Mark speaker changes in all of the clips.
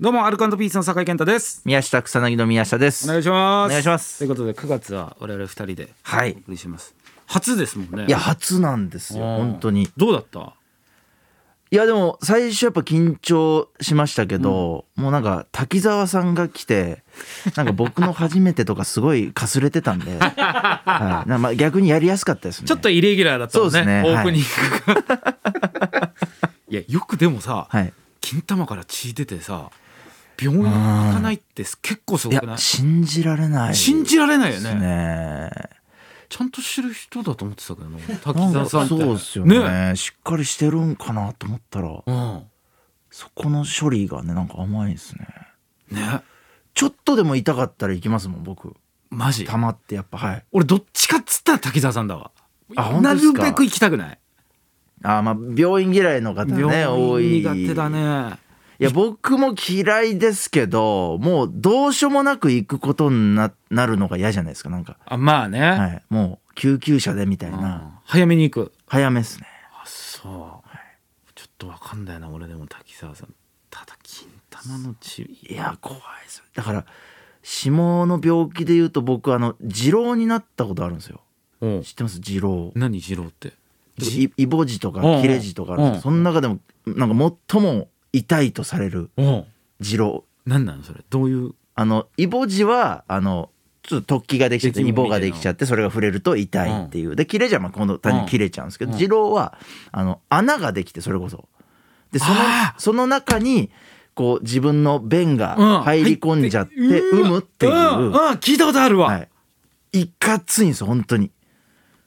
Speaker 1: どうもアルカンドピースの酒井健太です。
Speaker 2: 宮下草薙の宮下です。
Speaker 1: お願いします。
Speaker 2: お願いします
Speaker 1: ということで9月は我々二人で
Speaker 2: はい
Speaker 1: お送りします。初ですもんね。
Speaker 2: いや初なんですよ
Speaker 1: うん
Speaker 2: 本当に。
Speaker 1: どうだった？
Speaker 2: いやでも最初やっぱ緊張しましたけど、もうなんか滝沢さんが来てなんか僕の初めてとかすごいかすれてたん で、はい、なまあ逆にやりやすかったですね。
Speaker 1: ちょっとイレギュラーだったもんね。
Speaker 2: そうですね
Speaker 1: オープニングが。 い、やよくでもさ、
Speaker 2: はい。
Speaker 1: 金玉から血出てさ、病院に行かないって結構す
Speaker 2: い
Speaker 1: ごくな
Speaker 2: や
Speaker 1: い？
Speaker 2: 信じられない。
Speaker 1: 信じられないよね
Speaker 2: ですね。
Speaker 1: ちゃんと知る人だと思ってたけどな、滝
Speaker 2: な
Speaker 1: 沢
Speaker 2: んか
Speaker 1: さんって。
Speaker 2: そうですよねしっかりしてるんかなと思ったら
Speaker 1: うん。
Speaker 2: そこの処理がねなんか甘いですね。
Speaker 1: ね。
Speaker 2: ちょっとでも痛かったら行きますもん僕。
Speaker 1: マジ。
Speaker 2: 溜まってやっぱはい。
Speaker 1: 俺どっちかっつったら滝沢さんだわ。
Speaker 2: あ本
Speaker 1: な
Speaker 2: 当で
Speaker 1: る
Speaker 2: すか
Speaker 1: べく行きたくない。
Speaker 2: あーまあ病院嫌いの方ね多
Speaker 1: 病院
Speaker 2: い
Speaker 1: 苦手だね。
Speaker 2: いや僕も嫌いですけどもうどうしようもなく行くことにななるのが嫌じゃないですかなんか、
Speaker 1: あまあね、
Speaker 2: はい、もう救急車でみたいな
Speaker 1: うん早めに行く
Speaker 2: 早めですね
Speaker 1: あそう、ちょっとわかんないな俺でも滝沢さんただ金玉の血
Speaker 2: いや怖いですよだから下の病気で言うと僕あの痔瘻になったことあるんですよ
Speaker 1: うん
Speaker 2: 知ってます痔瘻
Speaker 1: 何二郎って
Speaker 2: いイボ痔とか
Speaker 1: うんうん
Speaker 2: 切れ痔とかあるんですよその中でもなんか最も痛いとされる
Speaker 1: うん
Speaker 2: 痔瘻
Speaker 1: 何なのそれどういう
Speaker 2: あのイボ痔はあのちょっと突起ができちゃっ
Speaker 1: で
Speaker 2: て
Speaker 1: きる
Speaker 2: イボができちゃってそれが触れると痛いっていう、で切れちゃうまあ今度単に切れちゃうんですけど、
Speaker 1: うん
Speaker 2: 痔瘻はあの穴ができてそれこそでその
Speaker 1: あー
Speaker 2: その中にこう自分の便
Speaker 1: うん
Speaker 2: が入り込んじゃって
Speaker 1: う
Speaker 2: 産
Speaker 1: わ
Speaker 2: むっていう、
Speaker 1: んうん聞いたことあるわ、
Speaker 2: はい、いかついんですよ本当に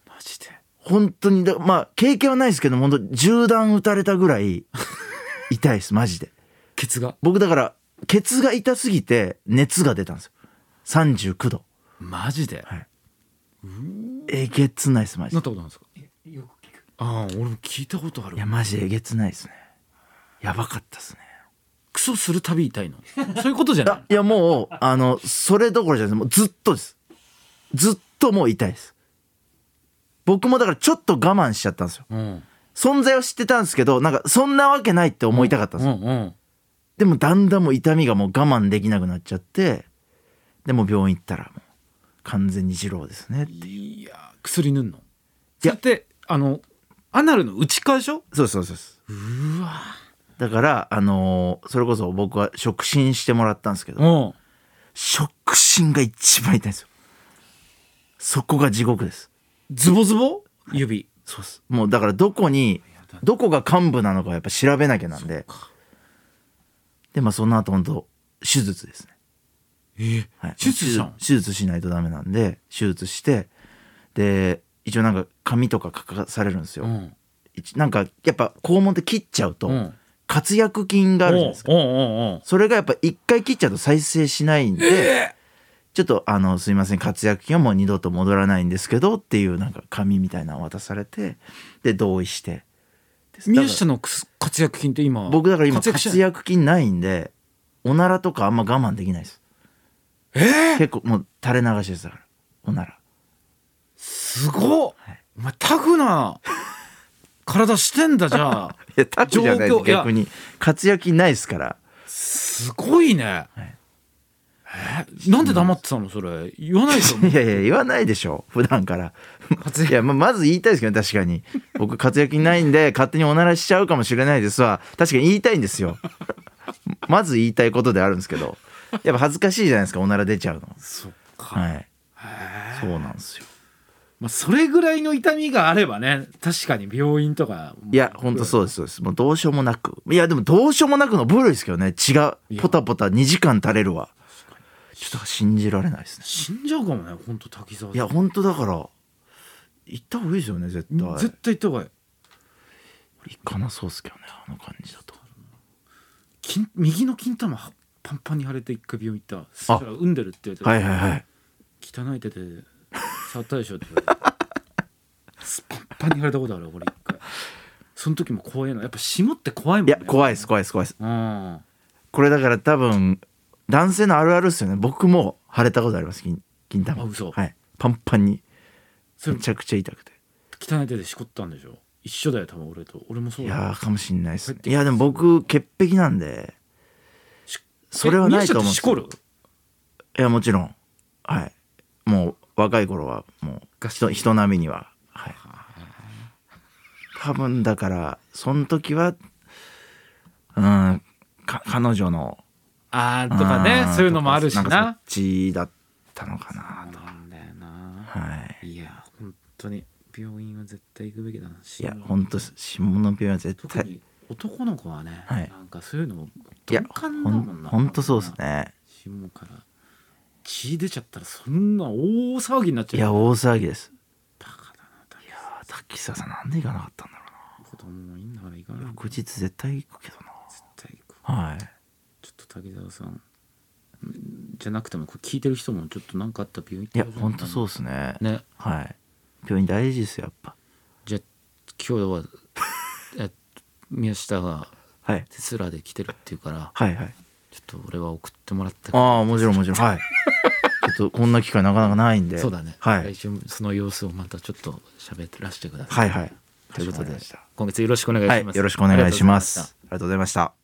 Speaker 1: マジで
Speaker 2: 本当にだまあ経験はないですけど本当銃弾撃たれたぐ らい痛いですマジで
Speaker 1: ケツが
Speaker 2: 僕だからケツが痛すぎて熱が出たんですよ39度
Speaker 1: マジで、
Speaker 2: はいえげつないですマジ
Speaker 1: なっ
Speaker 2: で
Speaker 1: たことあるんですかよく聞くああ俺も聞いたことある
Speaker 2: いや
Speaker 1: わ
Speaker 2: マジでえげつないですねやばかったですね
Speaker 1: クソするたび痛いのそういうことじゃ ない
Speaker 2: あいやもうあのそれどころじゃないですもうずっとですずっともう痛いです僕もだからちょっと我慢しちゃったんですよ
Speaker 1: うん
Speaker 2: 存在は知ってたんですけどなんかそんなわけないって思いたかったん
Speaker 1: う
Speaker 2: です
Speaker 1: ん
Speaker 2: よ、
Speaker 1: うん
Speaker 2: でもだんだんもう痛みがもう我慢できなくなっちゃってでもう病院行ったらもう完全に二郎ですね
Speaker 1: いや薬塗んの
Speaker 2: い
Speaker 1: や
Speaker 2: や
Speaker 1: ってあのアナルの内側でしょ
Speaker 2: そうそうそうです
Speaker 1: うわ
Speaker 2: だからあのーそれこそ僕は触診してもらったんですけど
Speaker 1: うん
Speaker 2: 触診が一番痛いんですよそこが地獄です
Speaker 1: ズボズボ指
Speaker 2: そうですもうだからどこに
Speaker 1: だ
Speaker 2: どこが幹部なのかやっぱ調べなきゃなんででまあその後本当手術ですね、
Speaker 1: え
Speaker 2: はい、
Speaker 1: 手術したの
Speaker 2: 手術しないとダメなんで手術してで一応なんか紙とか書かされるんですよ、
Speaker 1: ん
Speaker 2: 一なんかやっぱ肛門って切っちゃうと、
Speaker 1: うん
Speaker 2: 活躍菌があるじゃないですか
Speaker 1: うんうんうん
Speaker 2: それがやっぱ一回切っちゃうと再生しないんで、ちょっとあのすいません活躍金はもう二度と戻らないんですけどっていうなんか紙みたいなの渡されてで同意してですだから
Speaker 1: 宮下のくす活躍金って今
Speaker 2: 僕だから今
Speaker 1: 活躍し
Speaker 2: 活躍金ないんでおならとかあんま我慢できないです
Speaker 1: えー
Speaker 2: 結構もう垂れ流しですだからおなら
Speaker 1: すごっ
Speaker 2: い
Speaker 1: お前タフな体してんだじゃあ
Speaker 2: いやタじゃない
Speaker 1: 状況いや
Speaker 2: 逆に活躍金ないですから
Speaker 1: すごいね
Speaker 2: い
Speaker 1: えーなんで黙ってたのそれ言わないと思う
Speaker 2: いやいや言わないでしょ普段から
Speaker 1: 活躍
Speaker 2: いやままず言いたいですけど確かに僕活躍金ないんで 勝手におならしちゃうかもしれないですわ確かに言いたいんですよまず言いたいことであるんですけどやっぱ恥ずかしいじゃないですかおなら出ちゃうの
Speaker 1: そっか
Speaker 2: はい
Speaker 1: へー
Speaker 2: そうなんですよ
Speaker 1: まあ、それぐらいの痛みがあればね確かに病院とか
Speaker 2: いやほんとそうですそうですもうどうしようもなくいやでもどうしようもなくの部類ですけどね血がポタポタ2時間垂れるわちょっと信じられないですね
Speaker 1: 死んじゃうかもね本当滝沢さん
Speaker 2: いやほんとだから行った方がいいですよね絶対
Speaker 1: 絶対行った方がいい
Speaker 2: 行かなそうっすけどねあの感じだと
Speaker 1: 金右の金玉はパンパンに腫れて一回病院行ったそしたら産んでるって言われて、
Speaker 2: はいはいはい
Speaker 1: 汚い手で触ったでしょって言われてパンパンに腫れたことあるわ俺一回その時も怖いのやっぱ霜って怖いもん
Speaker 2: い
Speaker 1: ね
Speaker 2: や怖いです怖いです怖いです
Speaker 1: うん
Speaker 2: これだから多分男性のあるあるっすよね僕も腫れたことあります金金玉
Speaker 1: あ嘘
Speaker 2: はいパンパンに
Speaker 1: そ
Speaker 2: め
Speaker 1: れ
Speaker 2: ちゃくちゃ痛くて
Speaker 1: 汚い手でしこったんでしょ一緒だよ多分俺と俺もそ
Speaker 2: いう
Speaker 1: だよ
Speaker 2: やーかもしんないっすね
Speaker 1: 入ってきます
Speaker 2: いやでも僕潔癖なんで
Speaker 1: し
Speaker 2: それはないと思うんです
Speaker 1: しこる
Speaker 2: いやもちろんはいもう若い頃はもう
Speaker 1: ガチ
Speaker 2: 人人並みにははい多分だからその時はうんか彼女の
Speaker 1: あーとかね
Speaker 2: ん
Speaker 1: そういうのもあるし
Speaker 2: とかん
Speaker 1: な
Speaker 2: かそっちだったのかな
Speaker 1: なんだよな
Speaker 2: はい
Speaker 1: いや本当に病院は絶対行くべきだない
Speaker 2: いや本当下の病院は絶
Speaker 1: 特
Speaker 2: 対
Speaker 1: に男の子はね、
Speaker 2: はい
Speaker 1: なんかそういうの
Speaker 2: いや
Speaker 1: 鈍
Speaker 2: ほ
Speaker 1: 感だもん
Speaker 2: ん
Speaker 1: な
Speaker 2: 本当そうですね
Speaker 1: 下から血出ちゃったらそんな大騒ぎになっちゃ
Speaker 2: いうや大騒ぎです
Speaker 1: バカだなだ
Speaker 2: いやー滝沢さんなんで行かなかったんだろうな
Speaker 1: 子供もいいんだから行かない
Speaker 2: 翌日絶対行くけどな
Speaker 1: 絶対行く
Speaker 2: はい
Speaker 1: ちょっと滝沢さんじゃなくてもこれ聞いてる人もちょっと何かあったら病院
Speaker 2: い
Speaker 1: 行
Speaker 2: や
Speaker 1: って
Speaker 2: 本当そううですね
Speaker 1: ね
Speaker 2: はい病院大事ですよやっぱ
Speaker 1: じゃあ今日はえ宮下が
Speaker 2: はい
Speaker 1: テスラで来てるっていうから
Speaker 2: はいはい
Speaker 1: ちょっと俺は送ってもらったから
Speaker 2: ああもちろんもちろんはい ちょっとこんな機会なかなかないんで
Speaker 1: そうだね、
Speaker 2: は
Speaker 1: 来
Speaker 2: い
Speaker 1: 週もその様子をまたちょっと喋らせてください
Speaker 2: はいはい
Speaker 1: ということで
Speaker 2: かしこまりました
Speaker 1: 今月よろしくお願いします、
Speaker 2: はいよろしくお願いしますありがとうございました